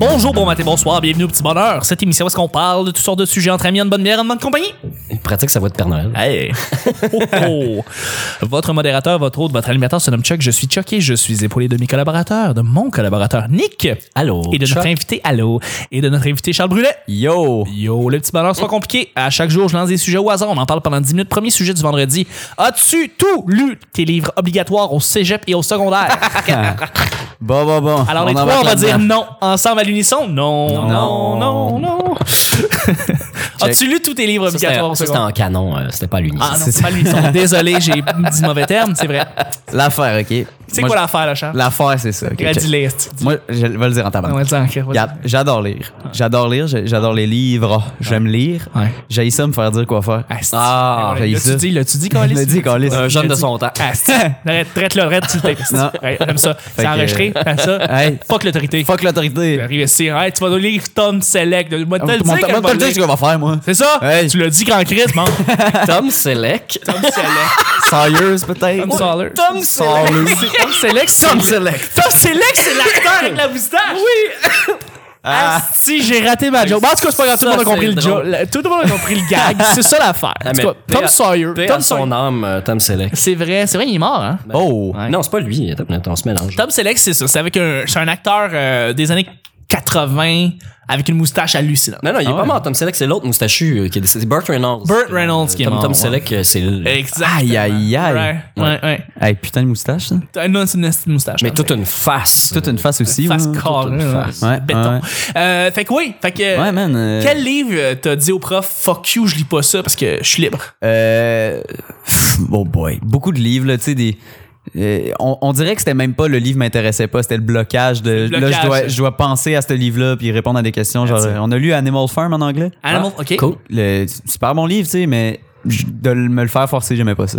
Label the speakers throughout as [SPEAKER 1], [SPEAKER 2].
[SPEAKER 1] Bonjour, bon matin, bonsoir, bienvenue au Petit Bonheur. Cette émission, où est-ce qu'on parle de toutes sortes de sujets entre amis, en bonne bière, en bonne compagnie?
[SPEAKER 2] Pratique sa voix de Père Noël.
[SPEAKER 1] Hey! Oh, oh. Votre modérateur, votre hôte, votre animateur se nomme Chuck. Je suis Chuck et je suis épaulé de mes collaborateurs, de mon collaborateur Nick
[SPEAKER 2] Allô.
[SPEAKER 1] et de
[SPEAKER 2] Oh, Chuck.
[SPEAKER 1] notre invité Allo et de notre invité Charles Brulet.
[SPEAKER 2] Yo.
[SPEAKER 1] Yo, le petit bonheur, c'est pas compliqué. À chaque jour, je lance des sujets au hasard. On en parle pendant 10 minutes. Premier sujet du vendredi. As-tu tout lu tes livres obligatoires au cégep et au secondaire?
[SPEAKER 3] Bon, bon, bon.
[SPEAKER 1] Alors, les trois,
[SPEAKER 3] en va
[SPEAKER 1] on va dire
[SPEAKER 3] là-dedans.
[SPEAKER 1] non. Ensemble à l'unisson? Non, non, non,
[SPEAKER 2] Non.
[SPEAKER 1] non. As-tu lu tous tes livres
[SPEAKER 2] Ça, c'était-
[SPEAKER 1] obligatoires au
[SPEAKER 2] ça, c'était
[SPEAKER 1] secondaire?
[SPEAKER 2] en canon, euh, c'était pas à l'unisson.
[SPEAKER 1] Ah non, c'est pas l'unisson. Désolé, j'ai dit mauvais terme, c'est vrai.
[SPEAKER 3] L'affaire, OK?
[SPEAKER 1] C'est
[SPEAKER 3] Moi,
[SPEAKER 1] quoi
[SPEAKER 3] je-
[SPEAKER 1] l'affaire, là, Charles?
[SPEAKER 3] L'affaire, c'est ça. ok, check.
[SPEAKER 1] Radis-les.
[SPEAKER 3] Moi, je vais le dire en tabac.
[SPEAKER 1] On va dire, ok, vas-y. Ah.
[SPEAKER 3] Regarde, j'adore lire. J'adore lire, j'ai- j'adore les livres. J'aime lire.
[SPEAKER 1] Ouais.
[SPEAKER 3] J'ai ça me faire dire quoi faire.
[SPEAKER 1] Asti.
[SPEAKER 3] Ah,
[SPEAKER 1] Ouais,
[SPEAKER 3] j'ai
[SPEAKER 1] l'as-tu
[SPEAKER 3] ça.
[SPEAKER 1] dit, l'as-tu dit,
[SPEAKER 3] Je
[SPEAKER 1] Calis?
[SPEAKER 3] l'ai dit, Calis.
[SPEAKER 2] Un jeune
[SPEAKER 1] Je
[SPEAKER 2] de
[SPEAKER 1] dis-
[SPEAKER 2] son temps.
[SPEAKER 1] Asti. Arrête, traite-le, arrête sur le texte.
[SPEAKER 3] Non.
[SPEAKER 1] Ouais, J'aime ça. C'est
[SPEAKER 3] que- euh,
[SPEAKER 1] enregistré, t'as ça.
[SPEAKER 3] Hey,
[SPEAKER 1] Fuck l'autorité.
[SPEAKER 3] fuck l'autorité.
[SPEAKER 1] Arrive ici. Hey, tu vas donner les Tom Select. Moi, te
[SPEAKER 3] Mon
[SPEAKER 1] le
[SPEAKER 3] mon-
[SPEAKER 1] dis
[SPEAKER 3] mon-
[SPEAKER 1] qu'elle va
[SPEAKER 3] mon-
[SPEAKER 1] le
[SPEAKER 3] le
[SPEAKER 1] dire.
[SPEAKER 3] dire qu'on va faire, moi.
[SPEAKER 1] C'est ça?
[SPEAKER 3] Hey.
[SPEAKER 1] Tu l'as dit grand Chris, man.
[SPEAKER 2] Tom Selleck.
[SPEAKER 1] Tom Select.
[SPEAKER 3] Sérieuse, peut-être.
[SPEAKER 1] Tom Sawyer.
[SPEAKER 2] Tom
[SPEAKER 3] Sawyer.
[SPEAKER 1] Tom Select. c'est
[SPEAKER 3] Tom
[SPEAKER 1] le-
[SPEAKER 3] Selleck.
[SPEAKER 1] Tom Select, c'est l'acteur avec la moustache. Oui. Ah, si j'ai raté ma joke. Bon, en tout cas, c'est Ah, pas grave, tout le
[SPEAKER 2] Ça,
[SPEAKER 1] monde a compris
[SPEAKER 2] c'est
[SPEAKER 1] le
[SPEAKER 2] drôle.
[SPEAKER 1] joke. Tout le monde a compris le gag. C'est ça l'affaire. En tout
[SPEAKER 2] mais
[SPEAKER 1] cas,
[SPEAKER 2] paix
[SPEAKER 1] Tom
[SPEAKER 2] à-
[SPEAKER 1] Sawyer.
[SPEAKER 2] Paix
[SPEAKER 1] Tom
[SPEAKER 2] à son
[SPEAKER 1] Sawyer.
[SPEAKER 2] âme, euh, Tom Selleck.
[SPEAKER 1] C'est vrai, c'est vrai, il est mort, hein?
[SPEAKER 3] Oh.
[SPEAKER 1] Ouais.
[SPEAKER 2] Non, c'est pas lui. Attends, une minute, on se mélange.
[SPEAKER 1] Tom Selleck, c'est ça. C'est avec un, c'est un acteur euh, des années 80 avec une moustache hallucinante.
[SPEAKER 2] Non, non, il est pas mort. Tom Selleck, c'est l'autre moustachu. euh, qui est décédé. C'est Burt Reynolds.
[SPEAKER 1] Ah Burt Reynolds qui est
[SPEAKER 2] Tom,
[SPEAKER 1] mort,
[SPEAKER 2] Tom
[SPEAKER 1] ouais.
[SPEAKER 2] Selleck, euh, c'est le-
[SPEAKER 1] Exact.
[SPEAKER 3] Aïe, aïe, aïe.
[SPEAKER 1] Ouais, ouais, ouais.
[SPEAKER 3] Hey, putain de moustache, ça.
[SPEAKER 1] T'as- Non, c'est une petite moustache.
[SPEAKER 2] Mais
[SPEAKER 1] Tom
[SPEAKER 2] toute une face.
[SPEAKER 3] Toute une face aussi.
[SPEAKER 1] Face
[SPEAKER 3] ouais.
[SPEAKER 1] carrée,
[SPEAKER 3] Toute une
[SPEAKER 1] ouais.
[SPEAKER 3] face. Ouais,
[SPEAKER 1] béton.
[SPEAKER 3] ouais.
[SPEAKER 1] Euh, fait que oui, fait que.
[SPEAKER 3] Ouais, man. euh,
[SPEAKER 1] Quel livre euh, t'as dit au prof fuck you, je lis pas ça parce que je suis libre.
[SPEAKER 3] Euh, pff, oh boy, beaucoup de livres, là, tu sais, des. euh, on, on dirait que c'était même pas le livre m'intéressait pas, c'était le blocage de
[SPEAKER 1] le
[SPEAKER 3] là je dois,
[SPEAKER 1] blocage.
[SPEAKER 3] je dois penser à ce livre-là puis répondre à des questions. Genre,
[SPEAKER 1] That's it.
[SPEAKER 3] on a lu Animal Farm en anglais. Oh,
[SPEAKER 1] Animal, ok.
[SPEAKER 2] Cool.
[SPEAKER 3] Le super bon livre, tu sais, mais j- de le- me le faire forcer, j'aimais pas ça.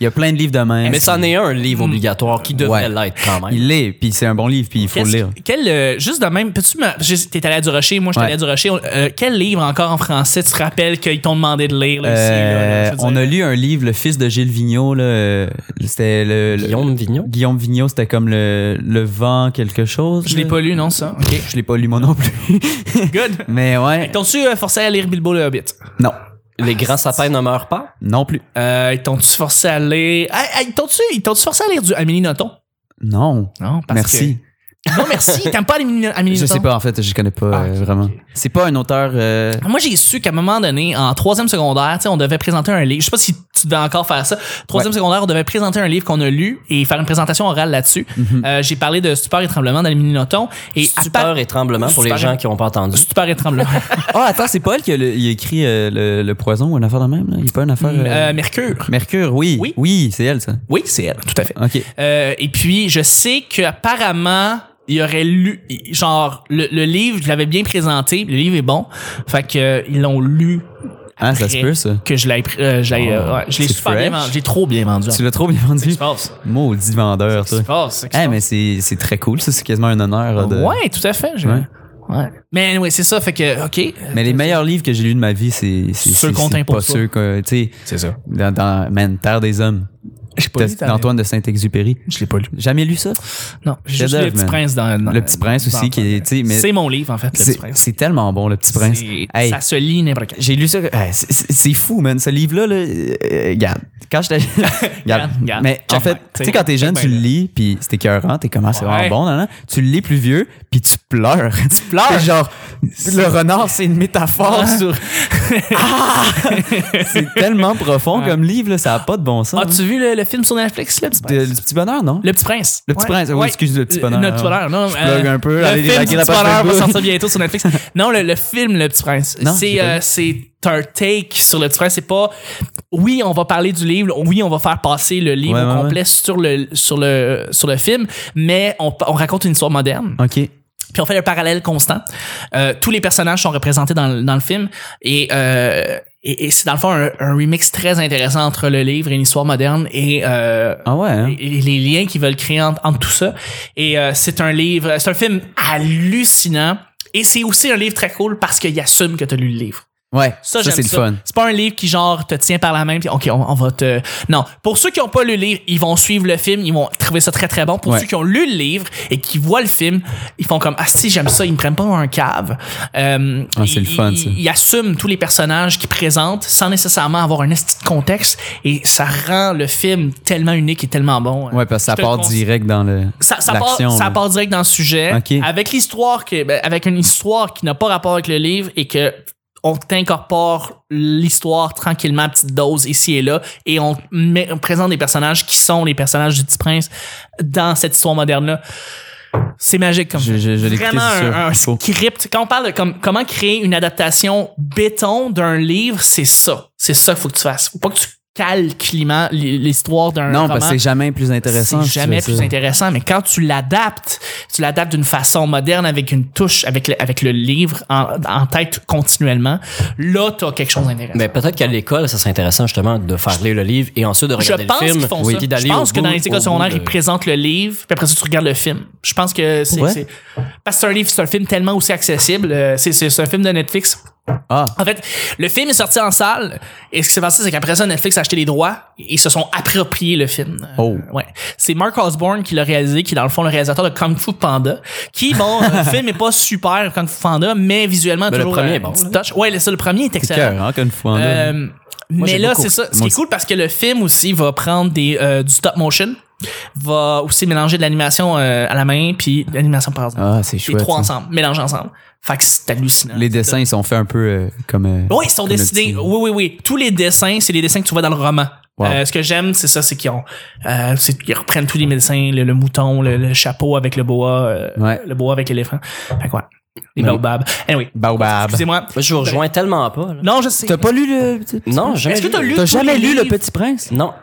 [SPEAKER 3] Il y a plein de livres de même.
[SPEAKER 2] Mais c'en est un, un livre
[SPEAKER 1] Mm.
[SPEAKER 2] obligatoire qui devrait
[SPEAKER 3] Ouais.
[SPEAKER 2] l'être quand même.
[SPEAKER 3] Il l'est, puis c'est un bon livre, puis il faut le
[SPEAKER 1] Qu'est-ce-
[SPEAKER 3] lire.
[SPEAKER 1] Quel, euh, juste de même, peux-tu me- j'ai- T'es allé à Du Rocher, moi je suis
[SPEAKER 3] Ouais.
[SPEAKER 1] allé à Du Rocher. Euh, quel livre encore en français tu te rappelles qu'ils t'ont demandé de lire là, ici,
[SPEAKER 3] Euh,
[SPEAKER 1] là, là, je veux
[SPEAKER 3] on
[SPEAKER 1] dire?
[SPEAKER 3] a lu un livre, Le fils de Gilles Vigneault, là, euh, c'était le, le-
[SPEAKER 2] Guillaume Vignon.
[SPEAKER 3] Guillaume Vigneault, c'était comme le, le vent quelque chose.
[SPEAKER 1] Je l'ai
[SPEAKER 3] là.
[SPEAKER 1] pas lu, non, ça. Ok.
[SPEAKER 3] Je l'ai pas lu moi non plus.
[SPEAKER 1] Good.
[SPEAKER 3] Mais ouais.
[SPEAKER 1] T'ont-tu euh, forcé à lire Bilbo le Hobbit?
[SPEAKER 3] Non.
[SPEAKER 1] Ah,
[SPEAKER 2] Les grands sapins ne meurent pas.
[SPEAKER 3] Non plus.
[SPEAKER 1] Euh, ils t'ont-tu forcé à lire. Ah, ah, ils t'ont-tu ils t'ont-tu forcé à lire du Amélie Nothomb?
[SPEAKER 3] Non.
[SPEAKER 1] Non, parce
[SPEAKER 3] Merci.
[SPEAKER 1] que- Non, merci. T'aimes pas Amélie, Amélie
[SPEAKER 3] Je
[SPEAKER 1] Nothomb?
[SPEAKER 3] sais pas, en fait, je connais pas
[SPEAKER 1] Ah,
[SPEAKER 3] euh,
[SPEAKER 1] ok,
[SPEAKER 3] vraiment.
[SPEAKER 1] ok.
[SPEAKER 3] C'est pas un auteur. euh,
[SPEAKER 1] Moi, j'ai su qu'à un moment donné, en troisième secondaire, tu sais, on devait présenter un livre. Je sais pas si tu devais encore faire ça. Troisième secondaire, on devait présenter un livre qu'on a lu et faire une présentation orale là-dessus.
[SPEAKER 3] Mhm.
[SPEAKER 1] Euh, j'ai parlé de Stupeur et tremblement d'Amélie Nothomb et à part-
[SPEAKER 2] Stupeur et tremblement pour les
[SPEAKER 1] Stupeur et-
[SPEAKER 2] gens qui n'ont pas entendu.
[SPEAKER 1] Stupeur et tremblement.
[SPEAKER 3] Ah, attends, c'est pas elle qui a, le- il a écrit euh, le, le poison ou une affaire de même. Là. Il n'y a pas une affaire. euh,
[SPEAKER 1] Euh, Mercure.
[SPEAKER 3] Mercure, oui.
[SPEAKER 1] oui.
[SPEAKER 3] Oui, c'est elle, ça.
[SPEAKER 1] Oui, c'est elle, tout à fait.
[SPEAKER 3] Ok.
[SPEAKER 1] Euh, et puis, je sais qu'apparemment, il aurait lu, genre, le, le livre, je l'avais bien présenté, le livre est bon. Fait que, euh, ils l'ont lu.
[SPEAKER 3] Ah, ça
[SPEAKER 1] après
[SPEAKER 3] se peut, ça. Ah,
[SPEAKER 1] Que je l'ai, euh, je l'ai, euh, ouais, je l'ai
[SPEAKER 3] C'est
[SPEAKER 1] super bien
[SPEAKER 3] fresh.
[SPEAKER 1] vendu. J'ai trop bien vendu.
[SPEAKER 3] Tu l'as trop bien vendu.
[SPEAKER 1] se passe?
[SPEAKER 3] Maudit vendeur,
[SPEAKER 1] Qu'est-ce
[SPEAKER 3] toi.
[SPEAKER 1] qui se passe? Qu'est-ce qui
[SPEAKER 3] Eh,
[SPEAKER 1] se
[SPEAKER 3] mais c'est c'est très cool, ça. C'est quasiment un honneur. euh, de-
[SPEAKER 1] Ouais, tout à fait. j'ai-
[SPEAKER 3] Ouais.
[SPEAKER 1] Ouais. Mais oui, c'est ça. Fait que, OK.
[SPEAKER 3] Mais les meilleurs livres que j'ai lus de ma vie, c'est. c'est-
[SPEAKER 1] Ceux
[SPEAKER 3] c'est-
[SPEAKER 1] qu'on
[SPEAKER 3] c'est
[SPEAKER 1] t'impose
[SPEAKER 3] Pas
[SPEAKER 1] pas.
[SPEAKER 3] ceux que. Tu sais,
[SPEAKER 1] C'est ça.
[SPEAKER 3] dans, dans Man, Terre des Hommes.
[SPEAKER 1] J'ai pas lu,
[SPEAKER 3] de-
[SPEAKER 1] t'as-
[SPEAKER 3] D'Antoine de Saint-Exupéry.
[SPEAKER 1] Je l'ai pas lu.
[SPEAKER 3] Jamais lu ça?
[SPEAKER 1] Non, j'ai juste lu
[SPEAKER 3] Chef-d'œuvre,
[SPEAKER 1] Le Petit
[SPEAKER 3] man.
[SPEAKER 1] Prince dans, dans-
[SPEAKER 3] Le Petit Prince aussi,
[SPEAKER 1] dans-
[SPEAKER 3] qui est- tu sais, mais-
[SPEAKER 1] C'est mon livre, en fait, Le Petit
[SPEAKER 3] C'est
[SPEAKER 1] Prince.
[SPEAKER 3] c'est tellement bon, le petit prince.
[SPEAKER 1] C'est-
[SPEAKER 3] Hey,
[SPEAKER 1] Ça se lit n'importe quand.
[SPEAKER 3] j'ai lu ça. hey, c'est- c'est c'est fou, man. Ce livre-là, là, euh, regarde. Quand j'étais. regarde.
[SPEAKER 1] regarde.
[SPEAKER 3] Mais
[SPEAKER 1] Check
[SPEAKER 3] en fait,
[SPEAKER 1] back,
[SPEAKER 3] tu
[SPEAKER 1] t'sais.
[SPEAKER 3] sais, quand t'es jeune,
[SPEAKER 1] Check
[SPEAKER 3] tu le
[SPEAKER 1] back.
[SPEAKER 3] lis, puis c'est écœurant, t'es comment, c'est
[SPEAKER 1] Ouais.
[SPEAKER 3] vraiment bon, nan, nan. Tu le lis plus vieux, puis tu pleures. Tu
[SPEAKER 1] pleures.
[SPEAKER 3] genre, le renard, c'est une métaphore sur. Ah! c'est tellement profond comme livre, là, ça n'a pas de bon sens.
[SPEAKER 1] As-tu vu le, le film sur Netflix, Le Petit
[SPEAKER 3] De-
[SPEAKER 1] Prince?
[SPEAKER 3] le petit bonheur, non?
[SPEAKER 1] Ah, Le Petit Prince.
[SPEAKER 3] Le Petit Prince, oui, excuse, Le Petit Bonheur. hein.
[SPEAKER 1] Le Petit Bonheur, non.
[SPEAKER 3] Je
[SPEAKER 1] euh,
[SPEAKER 3] plug un peu,
[SPEAKER 1] Le
[SPEAKER 3] allez
[SPEAKER 1] film
[SPEAKER 3] liker
[SPEAKER 1] du
[SPEAKER 3] la
[SPEAKER 1] Petit
[SPEAKER 3] page
[SPEAKER 1] Bonheur va
[SPEAKER 3] Facebook.
[SPEAKER 1] sortir bientôt sur Netflix. Non, le, le film Le Petit Prince,
[SPEAKER 3] Non,
[SPEAKER 1] c'est
[SPEAKER 3] j'ai pas
[SPEAKER 1] euh,
[SPEAKER 3] vu.
[SPEAKER 1] c'est un take sur Le Petit Prince. C'est pas, oui, on va parler du livre, oui, on va faire passer le livre
[SPEAKER 3] Ouais,
[SPEAKER 1] au
[SPEAKER 3] ouais,
[SPEAKER 1] complet sur, le, sur, le, sur le film, mais on, on raconte une histoire moderne.
[SPEAKER 3] Ok.
[SPEAKER 1] Puis on fait le parallèle constant. Euh, tous les personnages sont représentés dans, le- dans le film et, euh, et, et c'est dans le fond un, un remix très intéressant entre le livre et une histoire moderne et, euh,
[SPEAKER 3] Ah ouais, hein?
[SPEAKER 1] et- et les liens qu'ils veulent créer entre, entre tout ça. Et euh, c'est un livre, c'est un film hallucinant et c'est aussi un livre très cool parce qu'il assume que tu as lu le livre.
[SPEAKER 3] Ouais,
[SPEAKER 1] Ça,
[SPEAKER 3] ça,
[SPEAKER 1] j'aime
[SPEAKER 3] c'est le fun.
[SPEAKER 1] C'est pas un livre qui, genre, te tient par la main, puis OK, on, on va te. Non. Pour ceux qui ont pas lu le livre, ils vont suivre le film, ils vont trouver ça très, très bon. Pour
[SPEAKER 3] Ouais.
[SPEAKER 1] ceux qui ont lu le livre et qui voient le film, ils font comme Ah, si, j'aime ça, ils me prennent pas un cave. Euh,
[SPEAKER 3] Ah, c'est le
[SPEAKER 1] ils-
[SPEAKER 3] fun,
[SPEAKER 1] ils-
[SPEAKER 3] ça.
[SPEAKER 1] Ils assument tous les personnages qu'ils présentent sans nécessairement avoir un esti de contexte, et ça rend le film tellement unique et tellement bon. hein.
[SPEAKER 3] Ouais, parce que ça
[SPEAKER 1] Je te le
[SPEAKER 3] part
[SPEAKER 1] conseille.
[SPEAKER 3] direct dans le
[SPEAKER 1] Ça, ça, part,
[SPEAKER 3] l'action.
[SPEAKER 1] ça
[SPEAKER 3] là.
[SPEAKER 1] part direct dans le sujet.
[SPEAKER 3] Ok.
[SPEAKER 1] Avec l'histoire que, ben, avec une histoire qui n'a pas rapport avec le livre et que on t'incorpore l'histoire tranquillement à petite dose ici et là et on, met- on présente des personnages qui sont les personnages du petit prince dans cette histoire moderne là. C'est magique comme
[SPEAKER 3] Je, je, je l'ai écouté,
[SPEAKER 1] vraiment
[SPEAKER 3] c'est sûr.
[SPEAKER 1] un, un
[SPEAKER 3] Il faut.
[SPEAKER 1] script. Quand on parle de comme- comment créer une adaptation béton d'un livre, c'est ça. C'est ça qu'il faut que tu fasses. Faut pas que tu calques l'ima- l'histoire d'un
[SPEAKER 3] Non,
[SPEAKER 1] roman.
[SPEAKER 3] parce que c'est jamais plus intéressant. si
[SPEAKER 1] C'est
[SPEAKER 3] tu
[SPEAKER 1] jamais
[SPEAKER 3] fais
[SPEAKER 1] plus
[SPEAKER 3] ça.
[SPEAKER 1] intéressant, mais quand tu l'adaptes, tu l'adaptes d'une façon moderne avec une touche, avec le, avec le livre en, en tête continuellement, là, t'as quelque chose d'intéressant.
[SPEAKER 2] Mais Ben, peut-être qu'à l'école, ça serait intéressant justement de faire lire le livre et ensuite de
[SPEAKER 1] Je
[SPEAKER 2] regarder
[SPEAKER 1] pense
[SPEAKER 2] le film.
[SPEAKER 1] qu'ils font
[SPEAKER 2] Oui,
[SPEAKER 1] ça.
[SPEAKER 2] puis
[SPEAKER 1] Je
[SPEAKER 2] d'aller
[SPEAKER 1] pense
[SPEAKER 2] au
[SPEAKER 1] que dans
[SPEAKER 2] bout-
[SPEAKER 1] les
[SPEAKER 2] au
[SPEAKER 1] écoles
[SPEAKER 2] bout
[SPEAKER 1] secondaires,
[SPEAKER 2] de-
[SPEAKER 1] ils présentent le livre, puis après ça, tu regardes le film. Je pense que c'est.
[SPEAKER 3] Ouais.
[SPEAKER 1] c'est- Parce que c'est un livre, c'est un film tellement aussi accessible. euh, C'est c'est- c'est un film de Netflix.
[SPEAKER 3] Ah,
[SPEAKER 1] En fait, le film est sorti en salle et ce qui s'est passé, c'est qu'après ça, Netflix a acheté les droits et ils se sont appropriés le film. Euh,
[SPEAKER 3] Oh.
[SPEAKER 1] Ouais. C'est Mark Osborne qui l'a réalisé, qui est dans le fond le réalisateur de Kung Fu Panda, qui, bon, le film est pas super, Kung Fu Panda, mais visuellement,
[SPEAKER 2] Ben, le
[SPEAKER 1] toujours
[SPEAKER 2] premier
[SPEAKER 1] un
[SPEAKER 2] est bon,
[SPEAKER 1] petit touch. Ouais, le, ça, le premier est
[SPEAKER 3] c'est
[SPEAKER 1] excellent.
[SPEAKER 3] cœur, hein, qu'une fois. là.
[SPEAKER 1] Euh, mais
[SPEAKER 2] j'ai
[SPEAKER 1] là,
[SPEAKER 2] beaucoup.
[SPEAKER 1] c'est ça. Ce qui
[SPEAKER 3] Moi
[SPEAKER 1] est cool parce que le film aussi va prendre des, euh, du stop motion, va aussi mélanger de l'animation euh, à la main puis de l'animation par exemple.
[SPEAKER 3] Ah, c'est
[SPEAKER 1] les
[SPEAKER 3] chouette.
[SPEAKER 1] trois
[SPEAKER 3] ça.
[SPEAKER 1] ensemble, mélangés ensemble. Fait que c'est hallucinant.
[SPEAKER 3] Les dessins, ils sont faits un peu euh, comme. euh,
[SPEAKER 1] Oui, ils sont
[SPEAKER 3] comme le
[SPEAKER 1] dessinés.
[SPEAKER 3] petit-
[SPEAKER 1] Oui, oui, oui. Tous les dessins, c'est les dessins que tu vois dans le roman.
[SPEAKER 3] Wow.
[SPEAKER 1] Euh, ce que j'aime, c'est ça, c'est qu'ils ont, euh, c'est- ils reprennent tous les dessins, le, le mouton, le, le chapeau avec le boa, euh,
[SPEAKER 3] Ouais.
[SPEAKER 1] le boa avec l'éléphant. Fait quoi? Les
[SPEAKER 3] Mais-
[SPEAKER 1] baobabs. Anyway,
[SPEAKER 3] Baobab.
[SPEAKER 1] excusez-moi.
[SPEAKER 2] Moi, je vous rejoins tellement pas. là.
[SPEAKER 1] Non, je sais.
[SPEAKER 3] T'as pas lu le.
[SPEAKER 2] Non, jamais.
[SPEAKER 1] Est-ce que t'as lu? Hein?
[SPEAKER 3] T'as
[SPEAKER 1] tous
[SPEAKER 3] jamais
[SPEAKER 1] les
[SPEAKER 3] lu
[SPEAKER 1] livres?
[SPEAKER 3] Le Petit Prince?
[SPEAKER 2] Non.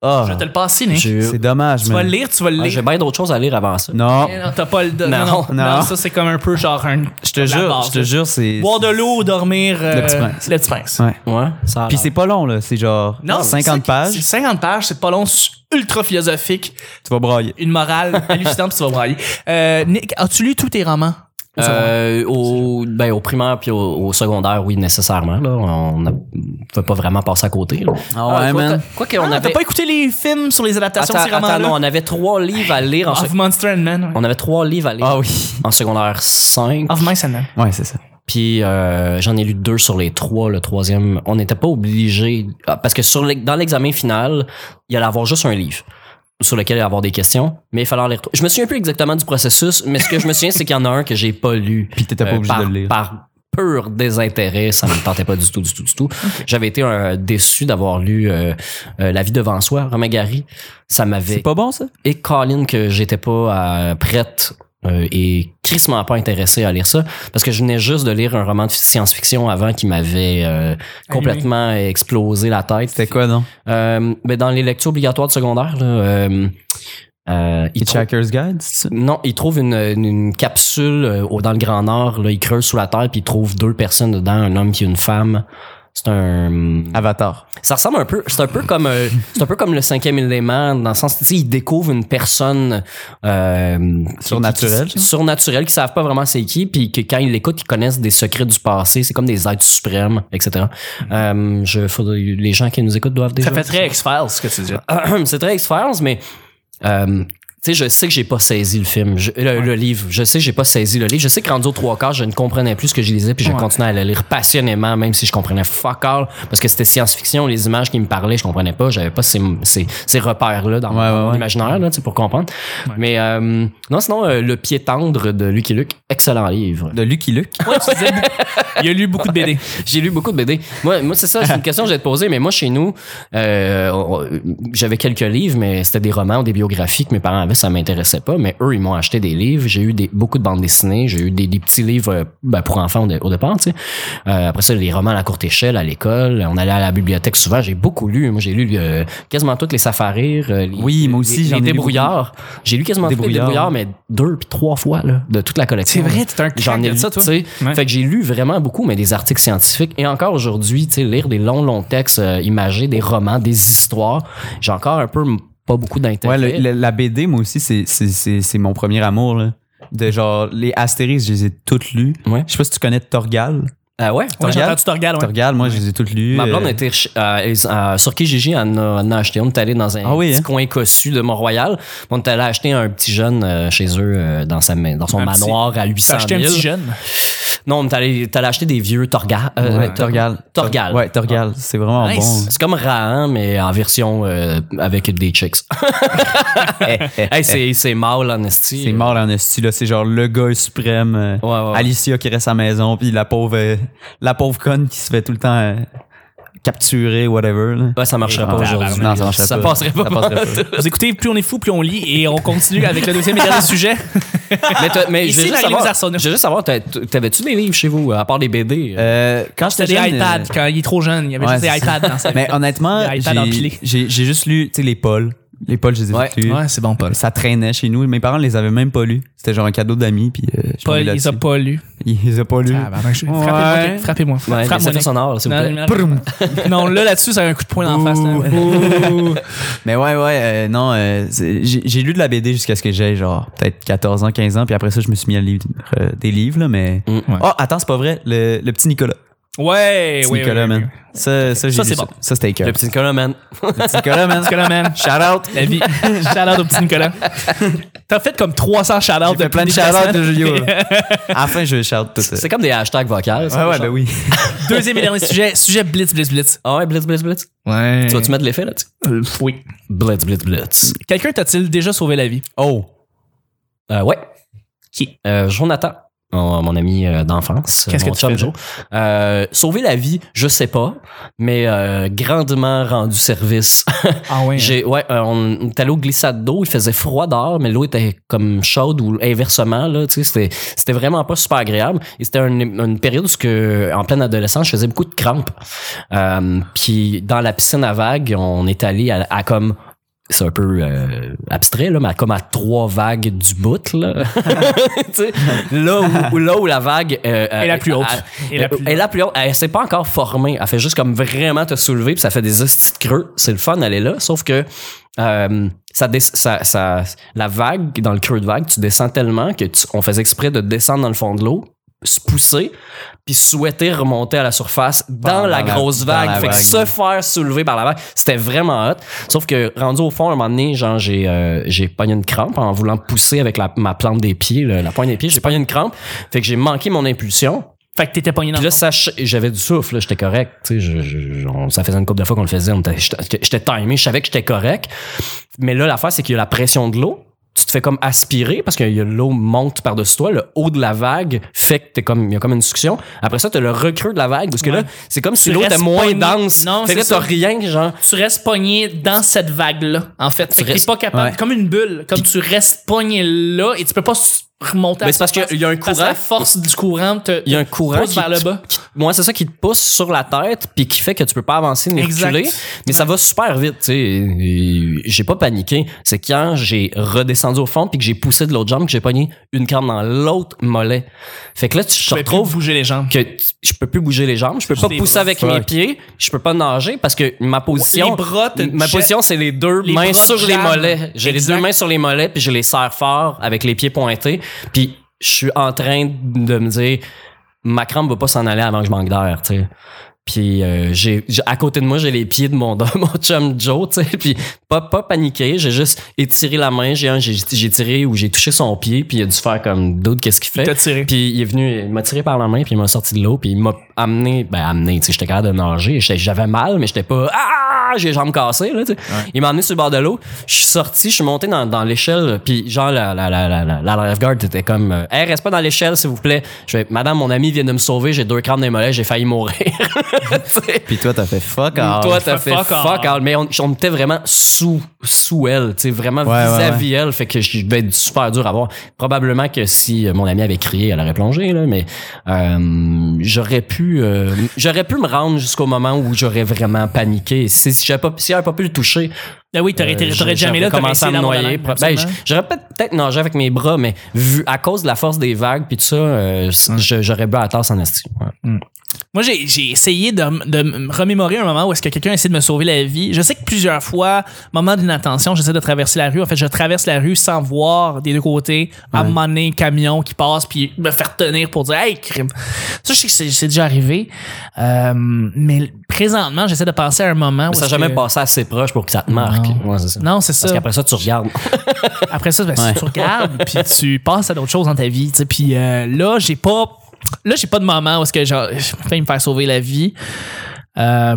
[SPEAKER 3] Ah,
[SPEAKER 1] Je vais te le passer, Nick.
[SPEAKER 2] J'ai-
[SPEAKER 3] c'est dommage,
[SPEAKER 1] Tu vas le
[SPEAKER 3] mais.
[SPEAKER 1] lire, tu vas le
[SPEAKER 2] Ah, J'ai
[SPEAKER 1] lire.
[SPEAKER 2] bien d'autres choses à lire avant ça.
[SPEAKER 3] Non,
[SPEAKER 1] Eh Non, t'as pas le. Non, non,
[SPEAKER 2] Non,
[SPEAKER 1] non,
[SPEAKER 3] non.
[SPEAKER 1] ça c'est comme un peu genre un.
[SPEAKER 3] je te jure, je te jure, c'est.
[SPEAKER 1] Boire de l'eau, dormir. euh,
[SPEAKER 3] Le Petit Prince.
[SPEAKER 1] Le petit prince.
[SPEAKER 3] Ouais.
[SPEAKER 2] Ouais, ça a
[SPEAKER 3] Puis
[SPEAKER 2] l'air.
[SPEAKER 3] c'est pas long, là. C'est genre
[SPEAKER 1] Non, c'est ça
[SPEAKER 3] 50
[SPEAKER 1] qui- c'est
[SPEAKER 3] pages.
[SPEAKER 1] 50 pages, c'est pas long, c'est ultra philosophique.
[SPEAKER 3] Tu vas brailler.
[SPEAKER 1] une morale hallucinante, puis tu vas brailler. Euh, Nick, as-tu lu tous tes romans?
[SPEAKER 2] Euh, au, ben, au primaire puis au, au secondaire, oui, nécessairement. Là. On ne peut pas vraiment passer à côté. là.
[SPEAKER 3] Ah
[SPEAKER 2] quoi
[SPEAKER 3] ouais, man.
[SPEAKER 2] que- quoi qu'on
[SPEAKER 1] Ah,
[SPEAKER 2] avait...
[SPEAKER 1] T'as pas écouté les films sur les adaptations
[SPEAKER 2] Attends,
[SPEAKER 1] de ces
[SPEAKER 2] attends, non,
[SPEAKER 1] romans-là?
[SPEAKER 2] on avait trois livres à lire. En sec-
[SPEAKER 1] Of Monster and Men. ouais.
[SPEAKER 2] On avait trois livres à lire
[SPEAKER 3] Ah oui.
[SPEAKER 2] en secondaire 5.
[SPEAKER 1] Of Mice and Men.
[SPEAKER 3] Ouais, c'est ça.
[SPEAKER 2] Puis euh, j'en ai lu deux sur les trois. Le troisième, on n'était pas obligé ah, parce que sur l'ex- dans l'examen final, il allait avoir juste un livre sur lequel il allait avoir des questions, mais il fallait en lire trois. Je me souviens plus exactement du processus, mais ce que je me souviens, c'est qu'il y en a un que j'ai pas lu.
[SPEAKER 3] Puis t'étais pas
[SPEAKER 2] Euh,
[SPEAKER 3] obligé
[SPEAKER 2] par,
[SPEAKER 3] de le lire.
[SPEAKER 2] Par pur désintérêt, ça me tentait pas du tout, du tout, du tout. J'avais été un déçu d'avoir lu euh, euh, La vie devant soi, Ramagari. Ça
[SPEAKER 3] C'est
[SPEAKER 2] m'avait
[SPEAKER 3] pas bon, ça?
[SPEAKER 2] et Colin que j'étais pas euh, prête euh, et crissement pas intéressé à lire ça parce que je venais juste de lire un roman de science-fiction avant qui m'avait euh, complètement explosé la tête.
[SPEAKER 3] C'était quoi, non?
[SPEAKER 2] Euh, ben, dans les lectures obligatoires de secondaire, là, euh, euh, il trou-
[SPEAKER 3] Hitchhiker's Guide, c'est ça?
[SPEAKER 2] non, il trouve une, une- une capsule euh, au- dans le Grand Nord, là, il creuse sous la terre puis il trouve deux personnes dedans, un homme puis une femme. C'est un
[SPEAKER 3] Avatar.
[SPEAKER 2] ça ressemble un peu, c'est un peu comme, euh, c'est un peu comme le cinquième élément dans le sens, tu sais, ils découvrent une personne euh, qui-
[SPEAKER 3] Surnaturelle,
[SPEAKER 2] qui-
[SPEAKER 3] genre?
[SPEAKER 2] surnaturelle, qui savent pas vraiment c'est qui, puis que quand ils l'écoutent, ils connaissent des secrets du passé. C'est comme des êtres suprêmes, etc. Euh, je, faudrait- les gens qui nous écoutent doivent déjà.
[SPEAKER 1] Ça fait très X-Files, ce que tu dis.
[SPEAKER 2] Euh, c'est très X-Files, mais. euh, tu sais, je sais que j'ai pas saisi le film, je- le, le livre. Je sais que j'ai pas saisi le livre. Je sais que rendu aux trois quarts, je ne comprenais plus ce que je lisais, puis je
[SPEAKER 1] Ouais.
[SPEAKER 2] continuais à le lire passionnément, même si je comprenais fuck all, parce que c'était science-fiction, les images qui me parlaient, je comprenais pas, j'avais pas ces, ces, ces repères-là dans
[SPEAKER 3] Ouais,
[SPEAKER 2] mon
[SPEAKER 3] ouais, ouais.
[SPEAKER 2] imaginaire, là, tu sais, pour comprendre. Mais euh, non, sinon, euh, Le pied tendre de Lucky Luke, excellent livre.
[SPEAKER 3] De Lucky Luke.
[SPEAKER 1] Il a lu beaucoup de BD.
[SPEAKER 2] J'ai lu beaucoup de BD. Moi, moi c'est ça, c'est une question que j'allais te poser, mais moi, chez nous, euh, on- j'avais quelques livres, mais c'était des romans ou des biographies que mes parents avaient, ça m'intéressait pas, mais eux, ils m'ont acheté des livres. J'ai eu des, beaucoup de bandes dessinées, j'ai eu des, des petits livres euh, ben, pour enfants au, dé- au départ, tu sais. Euh, après ça, les romans à la courte échelle, à l'école, on allait à la bibliothèque souvent, j'ai beaucoup lu. Moi, j'ai lu euh, quasiment toutes les Safaris, euh, les-
[SPEAKER 3] Oui, moi aussi,
[SPEAKER 2] les-
[SPEAKER 3] j'en ai
[SPEAKER 2] les
[SPEAKER 3] lu
[SPEAKER 2] débrouillards. J'ai lu quasiment tous les
[SPEAKER 3] Débrouillards.
[SPEAKER 2] débrouillards, mais deux puis trois fois, là, de toute la collection.
[SPEAKER 1] t'es un
[SPEAKER 2] J'en ai lu, tu sais.
[SPEAKER 1] Ouais.
[SPEAKER 2] Fait que j'ai lu vraiment beaucoup, mais des articles scientifiques. Et encore aujourd'hui, tu sais, lire des longs, longs textes euh, imagés, des romans, des histoires, j'ai encore un peu m- pas beaucoup d'intérêt.
[SPEAKER 3] Ouais, le- le- la BD, moi aussi, c'est- c'est- c'est c'est mon premier amour. Là. De genre, les Astérix, je les ai toutes lues.
[SPEAKER 2] Ouais.
[SPEAKER 3] Je sais pas si tu connais Torgal.
[SPEAKER 2] Ah ouais?
[SPEAKER 1] Ouais, j'ai
[SPEAKER 3] Torgal?
[SPEAKER 1] entendu Torgal, ouais.
[SPEAKER 3] Torgal, moi, je les ai toutes lues.
[SPEAKER 2] Ma blonde
[SPEAKER 3] euh,
[SPEAKER 2] était ch- euh, elle- euh, sur Kijiji, elle en a, elle en a acheté. On est allé dans un
[SPEAKER 3] Ah oui,
[SPEAKER 2] petit
[SPEAKER 3] hein?
[SPEAKER 2] coin cossu de Mont-Royal. On est allé acheter un petit jeune euh, chez eux euh, dans, sa, ma- dans son
[SPEAKER 1] Un petit-
[SPEAKER 2] manoir à 800
[SPEAKER 1] T'as
[SPEAKER 2] 000.
[SPEAKER 1] acheté un petit jeune.
[SPEAKER 2] Non, on est allé, t'es allé acheter des vieux Torgal. euh,
[SPEAKER 3] ouais,
[SPEAKER 2] Tor-
[SPEAKER 3] Torgal.
[SPEAKER 2] Torgal.
[SPEAKER 3] Ouais, Torgal.
[SPEAKER 2] Ah.
[SPEAKER 3] C'est vraiment
[SPEAKER 1] Nice.
[SPEAKER 2] C'est comme Rahan, mais en version euh, avec des chicks.
[SPEAKER 3] bon.
[SPEAKER 2] hey, c'est, c'est mâle en esti.
[SPEAKER 3] C'est mort là, en esti, là. C'est genre le gars suprême. euh,
[SPEAKER 2] Ouais, ouais, ouais.
[SPEAKER 3] Alicia qui reste à la maison, puis la pauvre, euh, la pauvre conne qui se fait tout le temps euh, capturer, whatever. là.
[SPEAKER 2] Ouais, ça marcherait pas
[SPEAKER 1] Ah,
[SPEAKER 2] aujourd'hui.
[SPEAKER 1] tabarnak.
[SPEAKER 3] Non, ça marcherait pas.
[SPEAKER 2] passerait pas.
[SPEAKER 3] Ça passerait pas.
[SPEAKER 1] Vous écoutez, plus on est fou, plus on lit, et on continue avec le deuxième et dernier sujet.
[SPEAKER 2] mais t'as- mais je
[SPEAKER 1] Ici,
[SPEAKER 2] veux juste
[SPEAKER 1] la
[SPEAKER 2] savoir,
[SPEAKER 1] Lévis-Arsenault.
[SPEAKER 2] je veux juste savoir, t'as- t'avais-tu des livres chez vous, à part des BD?
[SPEAKER 3] Euh, quand j'étais
[SPEAKER 1] C'était des
[SPEAKER 3] jeune,
[SPEAKER 1] iPads. Quand il est trop jeune, il y avait
[SPEAKER 3] Ouais,
[SPEAKER 1] juste des
[SPEAKER 3] c'est ça.
[SPEAKER 1] iPads dans sa
[SPEAKER 3] euh,
[SPEAKER 1] vie.
[SPEAKER 3] mais honnêtement,
[SPEAKER 1] Des iPads empilés.
[SPEAKER 3] j'ai- j'ai j'ai juste lu, tu sais, les Paul. Les Paul, je les ai
[SPEAKER 2] Ouais,
[SPEAKER 3] tous lus.
[SPEAKER 1] c'est bon, Paul.
[SPEAKER 3] Ça traînait chez nous. Mes parents les avaient même pas lus. C'était genre un cadeau d'amis, puis euh, je suis
[SPEAKER 1] Paul,
[SPEAKER 3] tombé
[SPEAKER 1] il les
[SPEAKER 3] là-dessus.
[SPEAKER 1] a Ah, pas lus.
[SPEAKER 3] Il les a pas lus.
[SPEAKER 1] Tabarnak, ben, je-
[SPEAKER 3] Ouais.
[SPEAKER 1] Frappez-moi, Nick, frappez-moi.
[SPEAKER 2] ouais, des
[SPEAKER 1] Frappe-moi,
[SPEAKER 2] effets
[SPEAKER 1] Nick.
[SPEAKER 2] sonores, s'il vous plaît.
[SPEAKER 1] Non, non, non, là, là-dessus, ça a un coup de poing d'en face. là.
[SPEAKER 3] Mais ouais, ouais, euh, non, euh, c'est- j'ai j'ai lu de la BD jusqu'à ce que j'aie genre peut-être 14 ans, 15 ans, puis après ça, je me suis mis à lire euh, des livres, là, mais...
[SPEAKER 2] Mm, ouais.
[SPEAKER 3] Oh, attends, c'est pas vrai, le, le petit Nicolas.
[SPEAKER 1] Ouais,
[SPEAKER 3] Petit
[SPEAKER 1] ouais.
[SPEAKER 3] Nicolas,
[SPEAKER 1] ouais, ouais,
[SPEAKER 3] man.
[SPEAKER 1] ouais.
[SPEAKER 3] Ça, ça, j'ai
[SPEAKER 1] Ça,
[SPEAKER 3] lu
[SPEAKER 1] c'est bon.
[SPEAKER 3] Ça, c'était écoeur.
[SPEAKER 2] Le petit Nicolas, man.
[SPEAKER 3] Le petit Nicolas, man.
[SPEAKER 1] Nicolas, man.
[SPEAKER 3] Shout out.
[SPEAKER 1] La vie. Shout-out au petit Nicolas. T'as fait comme 300 shout-outs
[SPEAKER 3] J'ai fait plein de
[SPEAKER 1] depuis
[SPEAKER 3] shout
[SPEAKER 1] la
[SPEAKER 3] out
[SPEAKER 1] semaine.
[SPEAKER 3] de Julio. là. À la fin, je shout tout ça.
[SPEAKER 2] C'est comme des hashtags vocales. ça,
[SPEAKER 3] Ouais, ouais,
[SPEAKER 2] genre.
[SPEAKER 3] ben oui.
[SPEAKER 1] Deuxième et dernier sujet, sujet Blitz, Blitz, Blitz.
[SPEAKER 2] Ah ouais, blitz, blitz, blitz.
[SPEAKER 1] Ouais.
[SPEAKER 2] Tu vas-tu mettre l'effet là-dessus?
[SPEAKER 1] Oui.
[SPEAKER 2] Blitz, blitz, blitz.
[SPEAKER 1] Quelqu'un t'a-t-il déjà sauvé la vie?
[SPEAKER 3] Oh.
[SPEAKER 2] Euh, ouais.
[SPEAKER 1] Qui?
[SPEAKER 2] Euh, Jonathan. mon- mon ami euh, d'enfance.
[SPEAKER 1] Qu'est-ce que
[SPEAKER 2] mon
[SPEAKER 1] tu
[SPEAKER 2] chum
[SPEAKER 1] faisais?
[SPEAKER 2] Joe. Euh, sauver la vie, je sais pas, mais euh, grandement rendu service.
[SPEAKER 1] Ah ouais.
[SPEAKER 2] J'ai, ouais, euh, on on est allé au glissade d'eau, il faisait froid dehors, mais l'eau était comme chaude ou inversement, là, tu sais, c'était, c'était vraiment pas super agréable. Et c'était une, une période où, ce que, en pleine adolescence, je faisais beaucoup de crampes. Euh, puis dans la piscine à vagues, on est allé à, à comme c'est un peu euh, abstrait là, mais à comme à trois vagues du bout là, Tu sais, là où, où- là où la vague euh, euh,
[SPEAKER 1] Est la plus haute.
[SPEAKER 2] elle-
[SPEAKER 1] Est la plus
[SPEAKER 2] elle est la plus haute. Elle s'est pas encore formée. Elle fait juste comme vraiment te soulever, puis ça fait des hosties de creux. C'est le fun d'aller là, sauf que euh, ça, dé- ça, ça- la vague, dans le creux de vague, tu descends tellement que tu- on faisait exprès de descendre dans le fond de l'eau, se pousser, puis souhaiter remonter à la surface dans
[SPEAKER 3] Pendant
[SPEAKER 2] la
[SPEAKER 3] la-
[SPEAKER 2] grosse
[SPEAKER 3] dans
[SPEAKER 2] vague.
[SPEAKER 3] la
[SPEAKER 2] fait que
[SPEAKER 3] vague,
[SPEAKER 2] se faire soulever par la vague, c'était vraiment hot. Sauf que rendu au fond, un moment donné, genre j'ai euh, j'ai pogné une crampe en voulant pousser avec la- ma plante des pieds, le- la pointe des pieds, j'ai pogné une crampe, fait que j'ai manqué mon impulsion.
[SPEAKER 1] Fait que t'étais pogné dans
[SPEAKER 2] Puis
[SPEAKER 1] le
[SPEAKER 2] là,
[SPEAKER 1] fond.
[SPEAKER 2] ça ch- j'avais du souffle, là, j'étais correct. tu sais, je- je- je- on- ça faisait une couple de fois qu'on le faisait. on était- J'étais j'étais timé, je savais que j'étais correct. Mais là, l'affaire, c'est qu'il y a la pression de l'eau. Tu te fais comme aspirer parce que y a- l'eau monte par-dessus toi. Le haut de la vague fait que t'es comme, il y a comme une succion. Après ça, t'as le recreux de la vague parce que là, c'est comme si
[SPEAKER 1] Tu
[SPEAKER 2] l'eau était
[SPEAKER 1] restes
[SPEAKER 2] moins
[SPEAKER 1] pogné.
[SPEAKER 2] dense.
[SPEAKER 1] Non,
[SPEAKER 2] fait que là,
[SPEAKER 1] c'est
[SPEAKER 2] t'as
[SPEAKER 1] ça.
[SPEAKER 2] rien, genre.
[SPEAKER 1] Tu restes pogné dans cette vague-là, en fait. Fait que t'es
[SPEAKER 2] restes-
[SPEAKER 1] pas capable,
[SPEAKER 3] ouais.
[SPEAKER 1] comme une bulle, comme tu restes pogné là et tu peux pas s- remonter
[SPEAKER 2] Mais
[SPEAKER 1] à
[SPEAKER 2] c'est parce
[SPEAKER 1] surface
[SPEAKER 2] qu'il y a un
[SPEAKER 1] parce que
[SPEAKER 2] courant.
[SPEAKER 1] la force du courant te
[SPEAKER 2] Il y a un courant
[SPEAKER 1] pousse
[SPEAKER 2] qui
[SPEAKER 1] vers le
[SPEAKER 2] te-
[SPEAKER 1] bas.
[SPEAKER 2] Moi, c'est ça qui te pousse sur la tête puis qui fait que tu peux pas avancer ni
[SPEAKER 1] Exact.
[SPEAKER 2] reculer. Mais ça va super vite, tu sais. Et J'ai pas paniqué. C'est quand j'ai redescendu au fond puis que j'ai poussé de l'autre jambe que j'ai pogné une crampe dans l'autre mollet. Fait que là, tu je te
[SPEAKER 1] Tu peux trop
[SPEAKER 2] retrouves
[SPEAKER 1] bouger les jambes.
[SPEAKER 2] que tu- je peux plus bouger les jambes, je peux
[SPEAKER 1] Juste
[SPEAKER 2] pas
[SPEAKER 1] les
[SPEAKER 2] pousser
[SPEAKER 1] bras.
[SPEAKER 2] avec
[SPEAKER 1] Fuck.
[SPEAKER 2] mes pieds, je peux pas nager parce que ma position
[SPEAKER 1] Les bras te
[SPEAKER 2] ma
[SPEAKER 1] jettent.
[SPEAKER 2] position c'est les deux
[SPEAKER 1] Les
[SPEAKER 2] mains
[SPEAKER 1] bras
[SPEAKER 2] sur les
[SPEAKER 1] jamment.
[SPEAKER 2] mollets. J'ai les
[SPEAKER 1] Exact.
[SPEAKER 2] deux mains sur les mollets puis je les serre fort avec les pieds pointés puis je suis en train de me dire ma crampe va pas s'en aller avant que je manque d'air, tu sais. Puis euh, j'ai j'ai- à côté de moi, j'ai les pieds de mon, de mon chum Joe, tu sais, puis pas pas paniqué, j'ai juste étiré la main, j'ai un- j'ai j'ai tiré ou j'ai touché son pied puis il a dû faire comme d'autres qu'est-ce qu'il fait.
[SPEAKER 1] T'as tiré.
[SPEAKER 2] Puis il est venu, il m'a tiré par la main, puis il m'a sorti de l'eau, puis il m'a amené, ben amené, tu sais, j'étais capable de nager, J'étais- j'avais mal, mais j'étais pas, ah, j'ai les jambes cassées, là, tu sais. Il m'a amené sur le bord de l'eau, je suis sorti, je suis monté dans, dans l'échelle, puis genre, la, la, la, la, la, la lifeguard était comme, euh, hey, reste pas dans l'échelle, s'il vous plaît. Je fais, madame, mon ami vient de me sauver, j'ai deux crampes des mollets, j'ai failli mourir. Tu sais.
[SPEAKER 3] Puis toi, t'as fait fuck off.
[SPEAKER 2] Toi, t'as fait
[SPEAKER 1] Fuck
[SPEAKER 2] fuck,
[SPEAKER 1] off.
[SPEAKER 2] all. Mais on, on était vraiment sous, sous elle, tu sais, vraiment
[SPEAKER 3] Ouais, ouais,
[SPEAKER 2] vis-à-vis elle. Fait que je devais être super dur à voir. Probablement que si euh, mon ami avait crié, elle aurait plongé, là, mais euh, j'aurais pu, euh, j'aurais pu me rendre jusqu'au moment où j'aurais vraiment paniqué. Si, si j'avais pas, si j'avais pas pu le toucher,
[SPEAKER 1] Ben oui, t'aurais,
[SPEAKER 2] euh,
[SPEAKER 1] été- t'aurais
[SPEAKER 2] j'aurais
[SPEAKER 1] jamais là, t'aurais
[SPEAKER 2] commencé à
[SPEAKER 1] essayé
[SPEAKER 2] me
[SPEAKER 1] d'avoir la
[SPEAKER 2] noyer.
[SPEAKER 1] langue,
[SPEAKER 2] pro- Ben,
[SPEAKER 1] absolument.
[SPEAKER 2] j'aurais peut-être nagé avec mes bras, mais vu à cause de la force des vagues puis tout ça, euh, je- j'aurais bu à la tasse en esti. Ouais.
[SPEAKER 1] Moi, j'ai j'ai essayé de, m- de me remémorer un moment où est-ce que quelqu'un a essayé de me sauver la vie. Je sais que plusieurs fois, moment d'inattention, j'essaie de traverser la rue. En fait, je traverse la rue sans voir des deux côtés, à un moment donné, camion qui passe, puis me faire tenir pour dire « Hey, crime! » Ça, je sais que c'est- c'est déjà arrivé. Euh, mais présentement, j'essaie de penser à un moment où...
[SPEAKER 2] Ça n'a
[SPEAKER 1] est-ce
[SPEAKER 2] jamais
[SPEAKER 1] que-
[SPEAKER 2] passé assez proche pour que ça te marque. Ouais, c'est ça.
[SPEAKER 1] Non, c'est
[SPEAKER 2] Parce
[SPEAKER 1] ça.
[SPEAKER 2] qu'après ça, tu regardes.
[SPEAKER 1] Après ça, ben, si
[SPEAKER 3] Ouais.
[SPEAKER 1] tu regardes, puis tu passes à d'autres choses dans ta vie. tu sais. Puis euh, là, j'ai pas, là, j'ai pas de moment où est-ce que genre, je vais me faire sauver la vie. Euh,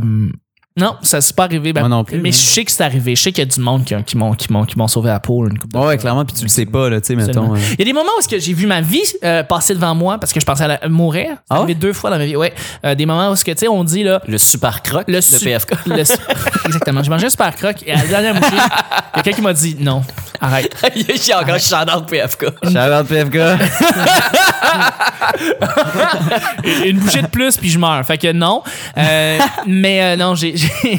[SPEAKER 1] non, ça s'est pas arrivé. Ben,
[SPEAKER 3] Moi non plus,
[SPEAKER 1] Mais
[SPEAKER 3] hein.
[SPEAKER 1] je sais que c'est arrivé. Je sais qu'il y a du monde qui, qui m'ont, qui m'ont, qui m'ont sauvé la peau une couple de
[SPEAKER 3] Ouais,
[SPEAKER 1] fois.
[SPEAKER 3] ouais, clairement, puis tu le sais pas, là, tu sais, mettons.
[SPEAKER 1] Absolument.
[SPEAKER 3] euh,
[SPEAKER 1] Il y a des moments où est-ce que j'ai vu ma vie euh, passer devant moi parce que je pensais à la- mourir. Ça
[SPEAKER 3] Ah ouais?
[SPEAKER 1] arrivé deux fois dans ma vie. Ouais. Euh, des moments où est-ce que tu sais, on dit là,
[SPEAKER 2] Le super croc
[SPEAKER 1] le
[SPEAKER 2] de
[SPEAKER 1] su-
[SPEAKER 2] PFK.
[SPEAKER 1] le su- Exactement. J'ai mangé un super croc et à la dernière bouchée, il y a quelqu'un qui m'a dit non, arrête.
[SPEAKER 2] J'ai encore chandard de PFK.
[SPEAKER 3] euh, Shout out PFK.
[SPEAKER 1] une bouchée de plus puis je meurs fait que non Euh, mais euh, non j'ai j'ai-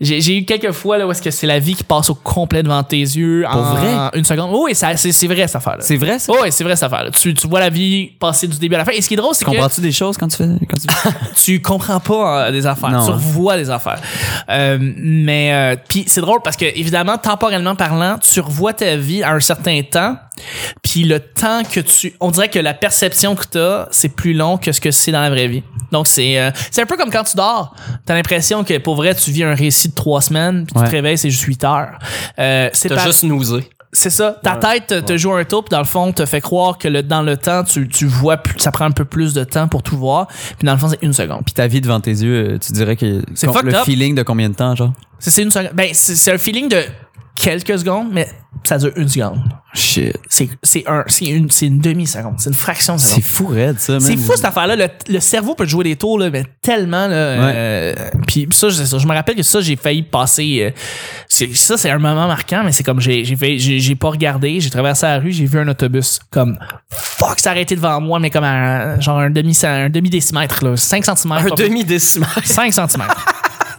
[SPEAKER 1] j'ai j'ai eu quelques fois là où est-ce que c'est la vie qui passe au complet devant tes yeux en
[SPEAKER 3] vrai?
[SPEAKER 1] une seconde Oh, oui ça- c'est c'est vrai cette affaire là
[SPEAKER 3] C'est vrai, ça?
[SPEAKER 1] Oh, oui, c'est vrai cette affaire là tu, tu vois la vie passer du début à la fin et ce qui est drôle c'est que
[SPEAKER 3] Comprends-tu des choses quand tu fais. Quand tu...
[SPEAKER 1] tu comprends pas euh, des affaires,
[SPEAKER 3] Non,
[SPEAKER 1] tu
[SPEAKER 3] hein.
[SPEAKER 1] revois des affaires. Euh, mais euh, puis c'est drôle parce que évidemment temporellement parlant, tu revois ta vie à un certain temps, puis le temps que tu on dirait que la perception que tu as, c'est plus long que ce que c'est dans la vraie vie. Donc c'est euh, c'est un peu comme quand tu dors, tu as l'impression que pour vrai tu vis un récit de trois semaines, puis tu
[SPEAKER 3] Ouais.
[SPEAKER 1] te réveilles c'est juste huit heures. Euh, c'est
[SPEAKER 2] T'as
[SPEAKER 1] par-
[SPEAKER 2] juste snoozé.
[SPEAKER 1] c'est ça. Ta tête te, te joue un tour, puis dans le fond, te fait croire que le, dans le temps, tu, tu vois, plus, ça prend un peu plus de temps pour tout voir. Puis dans le fond, c'est une seconde.
[SPEAKER 3] Ta vie devant tes yeux, euh, tu dirais que.
[SPEAKER 1] C'est
[SPEAKER 3] com-
[SPEAKER 1] fucked
[SPEAKER 3] Le
[SPEAKER 1] up.
[SPEAKER 3] feeling de combien de temps, genre?
[SPEAKER 1] C'est- C'est une seconde. Ben, c'est c'est un feeling de quelques secondes, mais ça dure une seconde.
[SPEAKER 3] Shit.
[SPEAKER 1] C'est c'est un, c'est une, c'est une demi-seconde. C'est une fraction de
[SPEAKER 3] C'est
[SPEAKER 1] seconde.
[SPEAKER 3] fou, raide, ça, man.
[SPEAKER 1] C'est fou cette affaire-là. Le, le cerveau peut te jouer des tours là, mais tellement. Là, euh, puis ça je, ça, je me rappelle que ça, j'ai failli passer. euh, c'est- ça, c'est un moment marquant, mais c'est comme j'ai j'ai failli- j'ai j'ai pas regardé, j'ai traversé la rue, j'ai vu un autobus comme fuck s'arrêter devant moi, mais comme à, genre un demi un demi décimètre là, 5 cm.
[SPEAKER 2] Un demi-décimal.
[SPEAKER 1] 5 cm.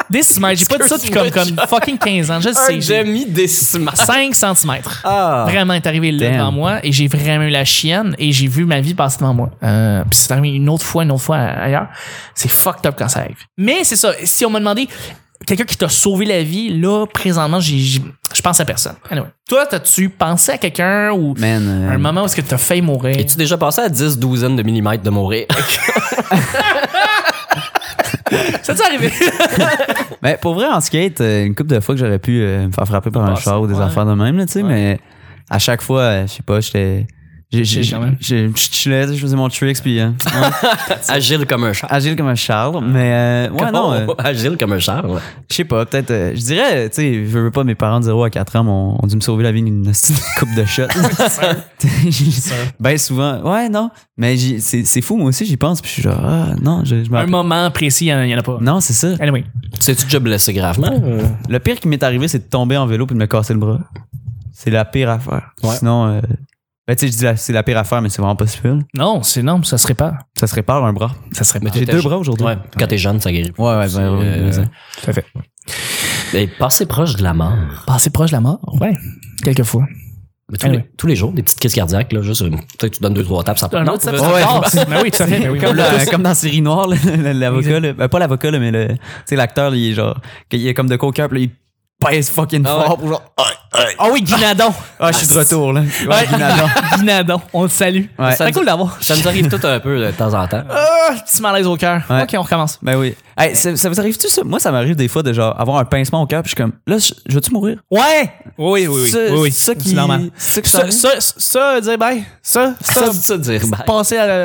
[SPEAKER 1] Décimètre, j'ai pas dit ça depuis comme, comme fucking 15 ans, je le sais.
[SPEAKER 2] Un
[SPEAKER 1] j'ai-
[SPEAKER 2] demi-décimal.
[SPEAKER 1] 5 cm.
[SPEAKER 3] Ah!
[SPEAKER 1] Vraiment, est arrivé là
[SPEAKER 3] Damn.
[SPEAKER 1] devant moi et j'ai vraiment eu la chienne et j'ai vu ma vie passer devant moi. Euh, puis c'est arrivé une autre fois, une autre fois ailleurs. C'est fucked up quand ça arrive. Mais c'est ça, si on m'a demandé quelqu'un qui t'a sauvé la vie, là, présentement, j'ai- j'ai- je pense à personne. Anyway. Toi, t'as-tu pensé à quelqu'un ou
[SPEAKER 3] Man. euh,
[SPEAKER 1] un moment où est-ce que t'as failli mourir?
[SPEAKER 2] Es-tu déjà passé à 10 douzaines de millimètres de mourir?
[SPEAKER 1] Ça t'est arrivé?
[SPEAKER 3] Mais ben, pour vrai, en skate, euh, une couple de fois que j'aurais pu euh, me faire frapper par un
[SPEAKER 1] Passer,
[SPEAKER 3] char ou des
[SPEAKER 1] ouais.
[SPEAKER 3] affaires de même, là, tu sais, mais à chaque fois, euh, je sais pas, j'étais. j'ai- j'ai-
[SPEAKER 1] Quand même.
[SPEAKER 3] j'ai- Je chillais, je faisais mon tricks, puis euh, ouais,
[SPEAKER 2] Agile comme un char.
[SPEAKER 3] agile comme un Charles. Mais euh, ouais, non, euh,
[SPEAKER 2] Oh, Agile comme un char. ouais.
[SPEAKER 3] je sais pas, peut-être. euh, je dirais, tu sais, je veux pas, mes parents de 0 à 4 ans m'ont ont dû me sauver la vie d'une hostie de coupe de shot. ben souvent, ouais, non. Mais j'y- c'est c'est fou, moi aussi, j'y pense, puis je suis genre, ah, non, je, je me
[SPEAKER 1] un
[SPEAKER 3] rappelle-
[SPEAKER 1] moment précis, il y en a- il y en a pas.
[SPEAKER 3] Non, c'est ça.
[SPEAKER 1] Anyway.
[SPEAKER 2] T'es-tu déjà blessé gravement?
[SPEAKER 3] Le pire qui m'est arrivé, c'est de tomber en vélo puis de me casser le bras. C'est la pire affaire.
[SPEAKER 2] Ouais.
[SPEAKER 3] Sinon, euh, ben, tu sais, je dis la- c'est la pire affaire, mais c'est vraiment pas super.
[SPEAKER 1] Non, c'est non, ça serait pas.
[SPEAKER 3] Ça se répare un bras.
[SPEAKER 1] Ça serait pas.
[SPEAKER 3] J'ai
[SPEAKER 2] t'étais
[SPEAKER 3] deux
[SPEAKER 2] jeune.
[SPEAKER 3] bras aujourd'hui.
[SPEAKER 2] Ouais, quand t'es jeune, ça guérit.
[SPEAKER 3] Ouais, ouais, ben, ouais,
[SPEAKER 2] Euh,
[SPEAKER 3] ouais, ouais.
[SPEAKER 1] Tout à fait.
[SPEAKER 2] Mais passer proche de la mort.
[SPEAKER 1] Passer proche de la mort? Ouais. Quelquefois.
[SPEAKER 2] Mais tous,
[SPEAKER 1] Ah
[SPEAKER 2] les,
[SPEAKER 1] oui.
[SPEAKER 2] tous les jours, des petites crises cardiaques, là, juste, euh, peut-être tu donnes deux, trois tapes, ça
[SPEAKER 1] Un autre, ça,
[SPEAKER 2] Ouais.
[SPEAKER 1] ça
[SPEAKER 3] Ouais.
[SPEAKER 1] passe. Mais Ben oui, tout à fait. mais oui,
[SPEAKER 3] Comme,
[SPEAKER 1] on l'a
[SPEAKER 3] dans-
[SPEAKER 1] tous.
[SPEAKER 3] comme dans la série noire, là, l'avocat, là. Ben, pas l'avocat, là, mais le, tu sais, l'acteur, il est genre, il est comme de coca, puis là, il pèse fucking
[SPEAKER 2] Ah ouais.
[SPEAKER 3] fort pour genre, ah,
[SPEAKER 1] Ah oui, Guinadon.
[SPEAKER 3] ah, je suis de retour, là. Ouais,
[SPEAKER 1] Ouais.
[SPEAKER 3] Guinadon.
[SPEAKER 1] Guinadon, on le salue.
[SPEAKER 3] Ouais.
[SPEAKER 1] C'est très cool d'avoir.
[SPEAKER 2] Ça nous arrive tout un peu de temps en temps.
[SPEAKER 1] Ah, petit malaise au cœur.
[SPEAKER 3] Ouais.
[SPEAKER 1] Ok, on recommence.
[SPEAKER 3] Ben oui. Hey, ça, ça vous arrive-tu ça? Moi, ça m'arrive des fois de genre avoir un pincement au cœur, puis je suis comme, là, je, je veux-tu mourir?
[SPEAKER 1] Ouais! Oui, oui, oui.
[SPEAKER 3] Ça-
[SPEAKER 1] oui, oui.
[SPEAKER 3] ça qui-
[SPEAKER 1] C'est normal.
[SPEAKER 3] ça que ça
[SPEAKER 1] ça,
[SPEAKER 3] arrive.
[SPEAKER 1] ça, ça, dire bye. Ça, ça,
[SPEAKER 2] Ça, ça dire, ben,
[SPEAKER 1] passer à la-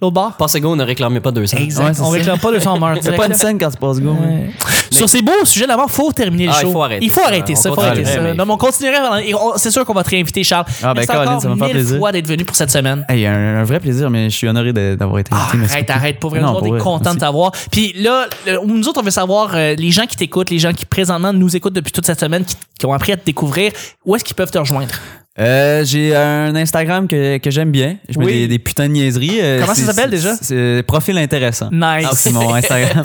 [SPEAKER 1] l'autre bord.
[SPEAKER 2] passez go, ne réclamez pas 200.
[SPEAKER 3] Ouais, c'est
[SPEAKER 1] on
[SPEAKER 3] ça.
[SPEAKER 1] réclame pas le son meurt.
[SPEAKER 3] C'est
[SPEAKER 1] direct,
[SPEAKER 3] pas une
[SPEAKER 1] là.
[SPEAKER 3] scène quand tu passes go. hein.
[SPEAKER 1] Ouais. Sur ces beaux sujets d'avant, faut terminer le
[SPEAKER 2] Ah, il
[SPEAKER 1] show.
[SPEAKER 2] faut arrêter
[SPEAKER 1] il faut
[SPEAKER 2] ça.
[SPEAKER 1] arrêter
[SPEAKER 2] On
[SPEAKER 1] ça. faut
[SPEAKER 2] continuerait,
[SPEAKER 1] arrêter ça.
[SPEAKER 2] mais-
[SPEAKER 1] Non, mais on continuerait. pendant- et on- C'est sûr qu'on va te réinviter, Charles.
[SPEAKER 3] Eh, Ah, ben,
[SPEAKER 1] Merci
[SPEAKER 3] Caroline,
[SPEAKER 1] encore
[SPEAKER 3] ça m'a fait
[SPEAKER 1] mille
[SPEAKER 3] plaisir.
[SPEAKER 1] fois d'être venu pour cette semaine.
[SPEAKER 3] Hey, un, un vrai plaisir, mais je suis honoré de- d'avoir été
[SPEAKER 1] Ah,
[SPEAKER 3] invité. Merci
[SPEAKER 1] arrête,
[SPEAKER 3] beaucoup.
[SPEAKER 1] arrête. Pour vrai,
[SPEAKER 3] Non,
[SPEAKER 1] nous autres,
[SPEAKER 3] pour
[SPEAKER 1] on est
[SPEAKER 3] vrai,
[SPEAKER 1] content de
[SPEAKER 3] merci.
[SPEAKER 1] t'avoir. Puis là, le- nous autres, on veut savoir, euh, les gens qui t'écoutent, les gens qui présentement nous écoutent depuis toute cette semaine, qui, qui ont appris à te découvrir, où est-ce qu'ils peuvent te rejoindre?
[SPEAKER 3] Euh, j'ai un Instagram que, que j'aime bien. Je mets
[SPEAKER 1] Oui.
[SPEAKER 3] des, des putains de niaiseries. euh,
[SPEAKER 1] Comment ça
[SPEAKER 3] c'est-
[SPEAKER 1] s'appelle
[SPEAKER 3] c'est-
[SPEAKER 1] déjà?
[SPEAKER 3] C'est euh, Profil intéressant.
[SPEAKER 1] Nice.
[SPEAKER 3] Ah, c'est mon Instagram.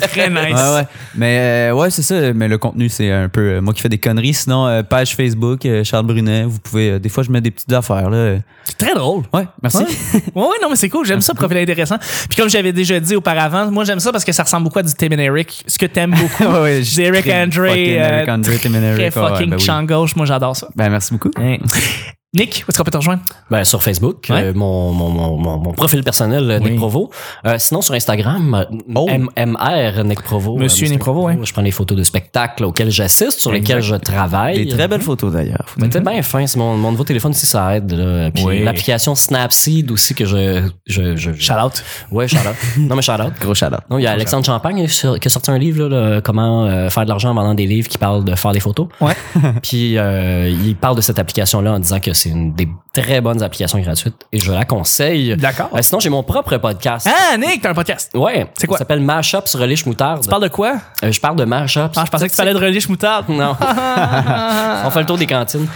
[SPEAKER 1] Très nice.
[SPEAKER 3] Ouais, ouais. Mais euh, ouais, c'est ça. Mais le contenu, c'est un peu euh, moi qui fais des conneries. Sinon, euh, page Facebook, euh, Charles Brunet. Vous pouvez. euh, des fois, je mets des petites affaires. Là.
[SPEAKER 1] C'est très drôle.
[SPEAKER 3] Ouais, merci.
[SPEAKER 1] Ouais. ouais, ouais, non, mais c'est cool. J'aime ça, profil intéressant. Puis comme j'avais déjà dit auparavant, moi, j'aime ça parce que ça ressemble beaucoup à du Tim and Eric. Ce que t'aimes beaucoup.
[SPEAKER 3] Ouais, ouais,
[SPEAKER 1] C'est Eric
[SPEAKER 3] très
[SPEAKER 1] Andre,
[SPEAKER 3] fucking Eric
[SPEAKER 1] euh,
[SPEAKER 3] Andre, Tim and
[SPEAKER 1] Très
[SPEAKER 3] Eric. Ouais, ouais,
[SPEAKER 1] fucking
[SPEAKER 3] ben oui.
[SPEAKER 1] champ gauche. Moi, j'adore ça.
[SPEAKER 3] Ben, merci beaucoup.
[SPEAKER 1] Nick, où est-ce qu'on peut te rejoindre?
[SPEAKER 2] Ben, sur Facebook,
[SPEAKER 1] Ouais.
[SPEAKER 2] euh, mon, mon, mon, mon, mon profil personnel, euh,
[SPEAKER 1] Oui.
[SPEAKER 2] Nick Provo. Euh, sinon, sur Instagram, euh,
[SPEAKER 3] Oh.
[SPEAKER 2] MMR Nick Provo.
[SPEAKER 1] Monsieur
[SPEAKER 2] Euh,
[SPEAKER 1] Nick Provo, ouais.
[SPEAKER 2] Je prends des photos de spectacles auxquels j'assiste, sur lesquels je travaille.
[SPEAKER 3] Des très belles photos d'ailleurs.
[SPEAKER 2] C'était bien fin, c'est mon, mon nouveau téléphone si ça aide. là. Puis
[SPEAKER 1] Oui.
[SPEAKER 2] l'application Snapseed aussi que je. je, je, je-
[SPEAKER 1] Shout-out.
[SPEAKER 2] Ouais, shout-out. non, mais shout-out.
[SPEAKER 3] Gros shout
[SPEAKER 2] Non, il y a Alexandre Champagne sur- qui a sorti un livre, là, là, Comment euh, faire de l'argent en vendant des livres qui parle de faire des photos.
[SPEAKER 1] Ouais.
[SPEAKER 2] Puis euh, il parle de cette application-là en disant que c'est une des très bonnes applications gratuites et je la conseille.
[SPEAKER 1] D'accord.
[SPEAKER 2] Euh, sinon, j'ai mon propre podcast.
[SPEAKER 1] Ah, Nick, t'as un podcast. Tu
[SPEAKER 2] Ouais.
[SPEAKER 1] C'est quoi?
[SPEAKER 2] Ça s'appelle Mashups Relish Moutarde.
[SPEAKER 1] parles de quoi?
[SPEAKER 2] Euh, je parle de Mashups.
[SPEAKER 1] Ah, je pensais que tu parlais de relish moutarde.
[SPEAKER 2] Non. on fait le tour des cantines.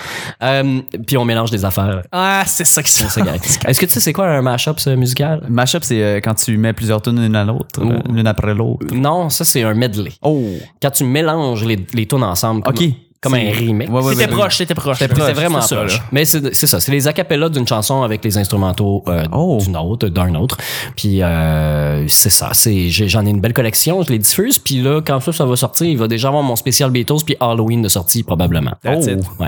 [SPEAKER 2] Euh, puis on mélange des affaires.
[SPEAKER 1] Ah, c'est ça qui se
[SPEAKER 2] C'est correct. Est-ce que tu sais c'est quoi un mashup euh, musical?
[SPEAKER 3] Mashup, c'est euh, quand tu mets plusieurs tunes l'une à l'autre,
[SPEAKER 2] Oh.
[SPEAKER 3] euh, l'une après l'autre.
[SPEAKER 2] Non, ça c'est un medley.
[SPEAKER 3] Oh,
[SPEAKER 2] Quand tu mélanges les, les tunes ensemble. comme-
[SPEAKER 3] ok.
[SPEAKER 2] Comme un
[SPEAKER 3] C'est-
[SPEAKER 2] remix.
[SPEAKER 3] Ouais, ouais,
[SPEAKER 1] C'était
[SPEAKER 3] ouais,
[SPEAKER 1] proche, c'était proche.
[SPEAKER 2] C'était
[SPEAKER 1] C'était
[SPEAKER 2] vraiment
[SPEAKER 1] ça,
[SPEAKER 2] proche.
[SPEAKER 1] là.
[SPEAKER 2] Mais c'est c'est ça, c'est les acapellas d'une chanson avec les instrumentaux euh,
[SPEAKER 3] Oh.
[SPEAKER 2] d'une autre, d'un autre. Puis euh, c'est ça, c'est j'ai- j'en ai une belle collection, je les diffuse. Puis là, quand ça, ça va sortir, il va déjà avoir mon spécial Beatles puis Halloween de sortie probablement. Oh.
[SPEAKER 1] That's it. Ah,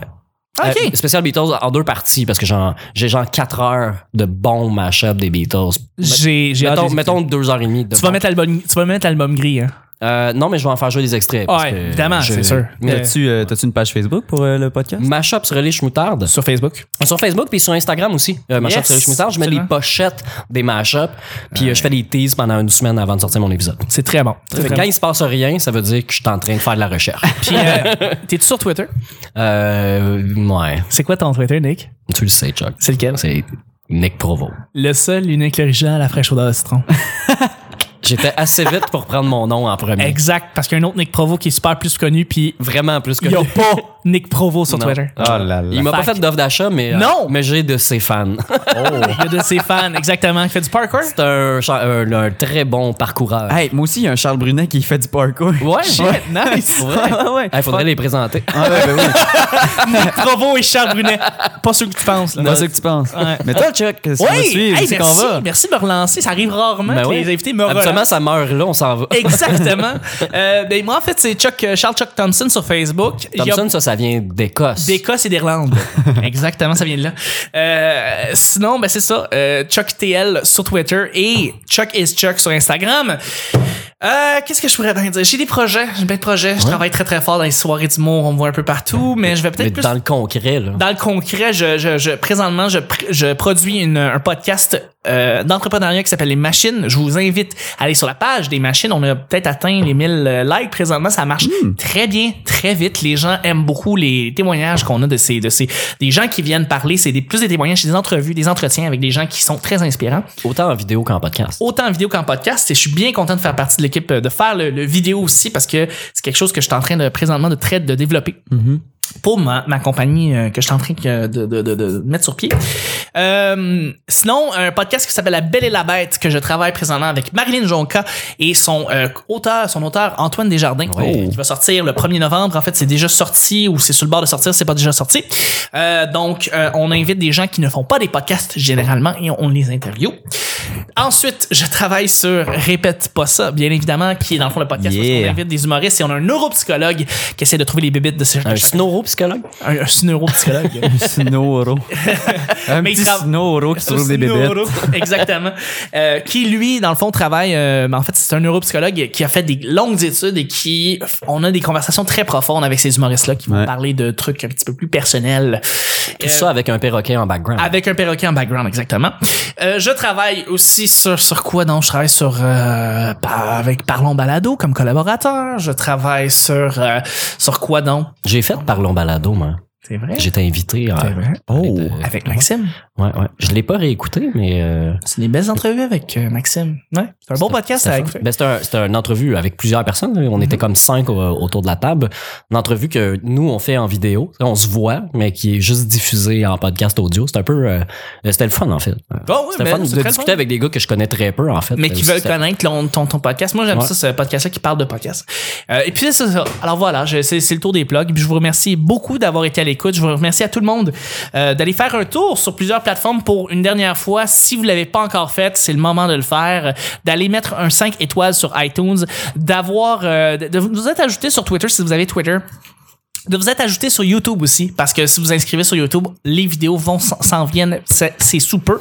[SPEAKER 2] Ouais.
[SPEAKER 1] Ok.
[SPEAKER 2] Euh, spécial Beatles en deux parties parce que j'en- j'ai genre 4 heures de bons mashups des Beatles.
[SPEAKER 1] J'ai, j'ai hâte
[SPEAKER 2] Mettons,
[SPEAKER 1] de-
[SPEAKER 2] mettons deux heures et demie.
[SPEAKER 1] Ah,
[SPEAKER 2] De
[SPEAKER 1] Tu vas
[SPEAKER 2] bons.
[SPEAKER 1] mettre l'album, tu vas mettre l'album gris, hein.
[SPEAKER 2] Euh, non, mais je vais en faire jouer des extraits. parce
[SPEAKER 1] Ouais,
[SPEAKER 2] que
[SPEAKER 1] évidemment,
[SPEAKER 2] je-
[SPEAKER 1] c'est sûr.
[SPEAKER 2] Mais
[SPEAKER 1] Euh,
[SPEAKER 3] T'as-tu euh, t'as-tu une page Facebook pour euh, le podcast?
[SPEAKER 2] Mashups relish moutarde.
[SPEAKER 1] Sur Facebook.
[SPEAKER 2] Sur Facebook puis sur Instagram aussi. Euh, mashup
[SPEAKER 1] Yes,
[SPEAKER 2] sur Rich Moutarde. Je mets
[SPEAKER 1] absolument.
[SPEAKER 2] les pochettes des mashups puis euh, je fais des teases pendant une semaine avant de sortir mon épisode.
[SPEAKER 1] C'est très bon. Très,
[SPEAKER 2] Fait que
[SPEAKER 1] très
[SPEAKER 2] quand
[SPEAKER 1] bon.
[SPEAKER 2] il se passe rien, ça veut dire que je suis en train de faire de la recherche.
[SPEAKER 1] Puis, euh, t'es-tu sur Twitter?
[SPEAKER 2] euh, ouais,
[SPEAKER 1] C'est quoi ton Twitter, Nick?
[SPEAKER 2] tu le sais, Chuck.
[SPEAKER 1] C'est lequel?
[SPEAKER 2] C'est Nick Provo.
[SPEAKER 1] Le seul, l'unique, l'original, la fraîche odeur de citron.
[SPEAKER 2] J'étais assez vite pour prendre mon nom en premier.
[SPEAKER 1] exact, parce qu'il y a un autre Nick Provo qui est super plus connu, puis
[SPEAKER 2] Vraiment plus que
[SPEAKER 1] il n'y a pas Nick Provo sur
[SPEAKER 2] Non. Ah
[SPEAKER 1] Twitter.
[SPEAKER 3] Oh là là.
[SPEAKER 2] Il m'a pas
[SPEAKER 1] Fact.
[SPEAKER 2] fait d'offre d'achat, mais, euh,
[SPEAKER 1] Non!
[SPEAKER 2] mais j'ai de ses fans.
[SPEAKER 1] Il y a de ses fans, exactement. Il fait du parkour.
[SPEAKER 2] C'est un, cha- un- un très bon
[SPEAKER 1] Ah,
[SPEAKER 2] parcoureur.
[SPEAKER 3] Hey, moi aussi, il y a un Charles Brunet qui fait du parkour.
[SPEAKER 2] Ouais,
[SPEAKER 1] Shit, nice.
[SPEAKER 2] Pour vrai.
[SPEAKER 3] ouais, ouais.
[SPEAKER 2] Il faudrait les présenter.
[SPEAKER 3] Ah, ouais, ben oui.
[SPEAKER 1] Nick Provo et Charles Brunet. Pas ceux que tu penses, là.
[SPEAKER 3] C'est pas ça que tu penses.
[SPEAKER 1] Ouais.
[SPEAKER 3] Mais toi, Chuck, si on me
[SPEAKER 1] Oui,
[SPEAKER 3] suit,
[SPEAKER 1] hey,
[SPEAKER 3] c'est qu'on
[SPEAKER 1] merci,
[SPEAKER 3] va.
[SPEAKER 1] merci de me relancer. Ça arrive rarement
[SPEAKER 2] Ben
[SPEAKER 1] que
[SPEAKER 2] ouais.
[SPEAKER 1] les invités me
[SPEAKER 2] Absolument,
[SPEAKER 1] relancent.
[SPEAKER 2] ça meurt là, on s'en va.
[SPEAKER 1] Exactement. Euh, ben, moi, en fait, c'est Chuck, euh, Charles Chuck Thompson sur Facebook. Il y a
[SPEAKER 2] Thompson, ça, ça vient d'Écosse.
[SPEAKER 1] D'Écosse et d'Irlande. Exactement, ça vient de là. Euh, sinon, ben c'est ça. euh, Chuck TL sur Twitter et Chuck is Chuck sur Instagram. Euh, Qu'est-ce que je pourrais bien dire? J'ai des projets, j'ai plein de projets. Je travaille très très fort dans les soirées d'humour, on me voit un peu partout, mais je vais
[SPEAKER 2] Mais
[SPEAKER 1] peut-être plus
[SPEAKER 2] dans le concret, là.
[SPEAKER 1] dans le concret, je, je, je- présentement, je, pr- je produis une- un podcast euh, d'entrepreneuriat qui s'appelle Les Machines. Je vous invite à aller sur la page des Machines. On a peut-être atteint les 1000 euh, likes présentement. Ça marche très bien, très vite. Les gens aiment beaucoup les témoignages qu'on a de ces, de ces des gens qui viennent parler. C'est des, plus des témoignages, c'est des entrevues, des entretiens avec des gens qui sont très inspirants
[SPEAKER 2] Autant en vidéo qu'en podcast.
[SPEAKER 1] autant en vidéo qu'en podcast et je suis bien content de faire partie de l'équipe euh, de faire le, le vidéo aussi parce que c'est quelque chose que je suis en train de présentement de très de développer. Pour ma, ma compagnie euh, que je suis en train que- de, de, de, de mettre sur pied. Euh, sinon, un podcast qui s'appelle La Belle et la Bête que je travaille présentement avec Marilyn Jonca et son euh, auteur, son auteur Antoine Desjardins
[SPEAKER 2] Ouais.
[SPEAKER 1] qui va sortir le 1er novembre. En fait, c'est déjà sorti ou c'est sur le bord de sortir, c'est pas déjà sorti. Euh, donc, euh, on invite des gens qui ne font pas des podcasts généralement et on les interview. Ensuite, je travaille sur Répète pas ça, bien évidemment, qui est dans le fond le podcast parce
[SPEAKER 3] Yeah.
[SPEAKER 1] qu'on invite des humoristes et on a un neuropsychologue qui essaie de trouver les bébites de ce
[SPEAKER 2] Un snoro-psychologue?
[SPEAKER 1] un, un neuropsychologue.
[SPEAKER 3] Snoro. Un
[SPEAKER 1] Mais il
[SPEAKER 3] petit
[SPEAKER 1] tra-
[SPEAKER 3] Snoro qui trouve des bébêtes.
[SPEAKER 1] Neuro- Exactement. Euh, qui, lui, dans le fond, travaille. euh, mais en fait, c'est un neuropsychologue qui a fait des longues études et qui. On a des conversations très profondes avec ces humoristes-là qui vont
[SPEAKER 3] Ouais.
[SPEAKER 1] parler de trucs un petit peu plus personnels. Euh,
[SPEAKER 2] Tout
[SPEAKER 1] Ah.
[SPEAKER 2] ça avec un perroquet en background.
[SPEAKER 1] Avec un perroquet en background, exactement. Euh, je travaille aussi sur, sur quoi donc Je travaille sur euh, par- avec Parlons Balado comme collaborateur. Je travaille sur euh, sur quoi donc
[SPEAKER 2] J'ai fait Parlons Balado, moi.
[SPEAKER 1] C'est vrai.
[SPEAKER 2] J'étais invité. à-
[SPEAKER 1] C'est vrai.
[SPEAKER 3] Oh.
[SPEAKER 2] de-
[SPEAKER 1] Avec Maxime.
[SPEAKER 2] Ouais, ouais. Je l'ai pas réécouté, mais. euh,
[SPEAKER 1] C'est des belles entrevues avec euh, Maxime. Ouais. C'est un bon podcast
[SPEAKER 2] c'était
[SPEAKER 1] avec.
[SPEAKER 2] fun. Ben, c'était un- c'était une entrevue avec plusieurs personnes. là. On
[SPEAKER 1] Mm-hmm.
[SPEAKER 2] était comme cinq au- autour de la table. Une entrevue que nous, on fait en vidéo. On se voit, mais qui est juste diffusée en podcast audio. C'était un peu. euh, C'était le fun, en fait.
[SPEAKER 1] Oh, oui,
[SPEAKER 2] C'était
[SPEAKER 1] mais
[SPEAKER 2] le fun de
[SPEAKER 1] c'est très
[SPEAKER 2] discuter
[SPEAKER 1] fun.
[SPEAKER 2] avec des gars que je connais très peu, en fait.
[SPEAKER 1] mais qui
[SPEAKER 2] Euh,
[SPEAKER 1] veulent
[SPEAKER 2] c'était-
[SPEAKER 1] connaître ton, ton, ton podcast. Moi, j'aime
[SPEAKER 2] Ouais.
[SPEAKER 1] ça, ce podcast-là qui parle de podcast. Euh, et puis, c'est ça. Alors voilà, je- c'est c'est le tour des plugs. Puis, je vous remercie beaucoup d'avoir été à l'écoute. Je vous remercie à tout le monde euh, d'aller faire un tour sur plusieurs plateformes pour une dernière fois. Si vous l'avez pas encore fait, c'est le moment de le faire. Euh, D'aller mettre un 5 étoiles sur iTunes. D'avoir... euh, de, de vous être ajouté sur Twitter si vous avez Twitter de vous être ajouté sur YouTube aussi, parce que si vous inscrivez sur YouTube, les vidéos vont s'en- s'en viennent, c'est c'est sous peu.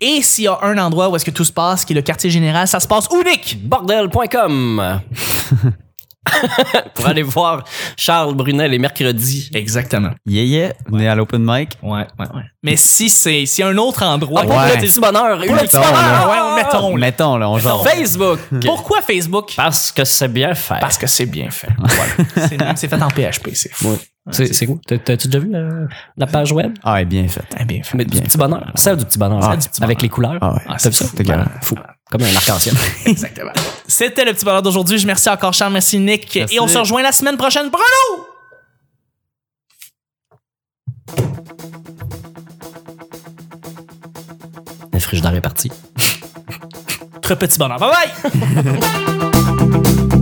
[SPEAKER 1] Et s'il y a un endroit où est-ce que tout se passe, qui est le quartier général, ça se passe où, Nick?
[SPEAKER 2] Bordel.com. Pour aller voir Charles Brunel les mercredis.
[SPEAKER 1] Exactement.
[SPEAKER 3] Yeah, yeah. Venez à l'open mic.
[SPEAKER 1] Ouais, ouais, ouais. Mais si c'est s'il y a un autre endroit,
[SPEAKER 2] Ah, pour
[SPEAKER 3] Ouais.
[SPEAKER 2] le petit bonheur.
[SPEAKER 1] Pour le
[SPEAKER 2] ultime
[SPEAKER 1] petit
[SPEAKER 3] mettons,
[SPEAKER 1] bonheur,
[SPEAKER 2] là.
[SPEAKER 1] ouais, mettons. là.
[SPEAKER 3] Mettons, là, on genre.
[SPEAKER 2] Facebook.
[SPEAKER 1] Pourquoi Facebook?
[SPEAKER 2] Parce que c'est bien fait.
[SPEAKER 1] Parce que c'est bien fait. Voilà. C'est même- c'est fait en PHP, c'est fou.
[SPEAKER 2] C'est c'est quoi? T'as- T'as-tu déjà vu la, la page web?
[SPEAKER 3] Ah, ouais, bien fait.
[SPEAKER 1] Très bien fait.
[SPEAKER 2] Mais du petit bonheur. Celle du petit bonheur.
[SPEAKER 1] Celle du petit bonheur.
[SPEAKER 2] Avec les couleurs.
[SPEAKER 3] Ah ouais.
[SPEAKER 2] T'as vu ça?
[SPEAKER 3] T'es carré.
[SPEAKER 2] Fou. Comme un arc-en-ciel.
[SPEAKER 1] Exactement. C'était le petit bonheur d'aujourd'hui. Je remercie encore Charles, merci Nick.
[SPEAKER 3] Merci.
[SPEAKER 1] Et on se rejoint la semaine prochaine. Bruno!
[SPEAKER 2] le frigidaire est parti.
[SPEAKER 1] Très petit bonheur. Bye bye!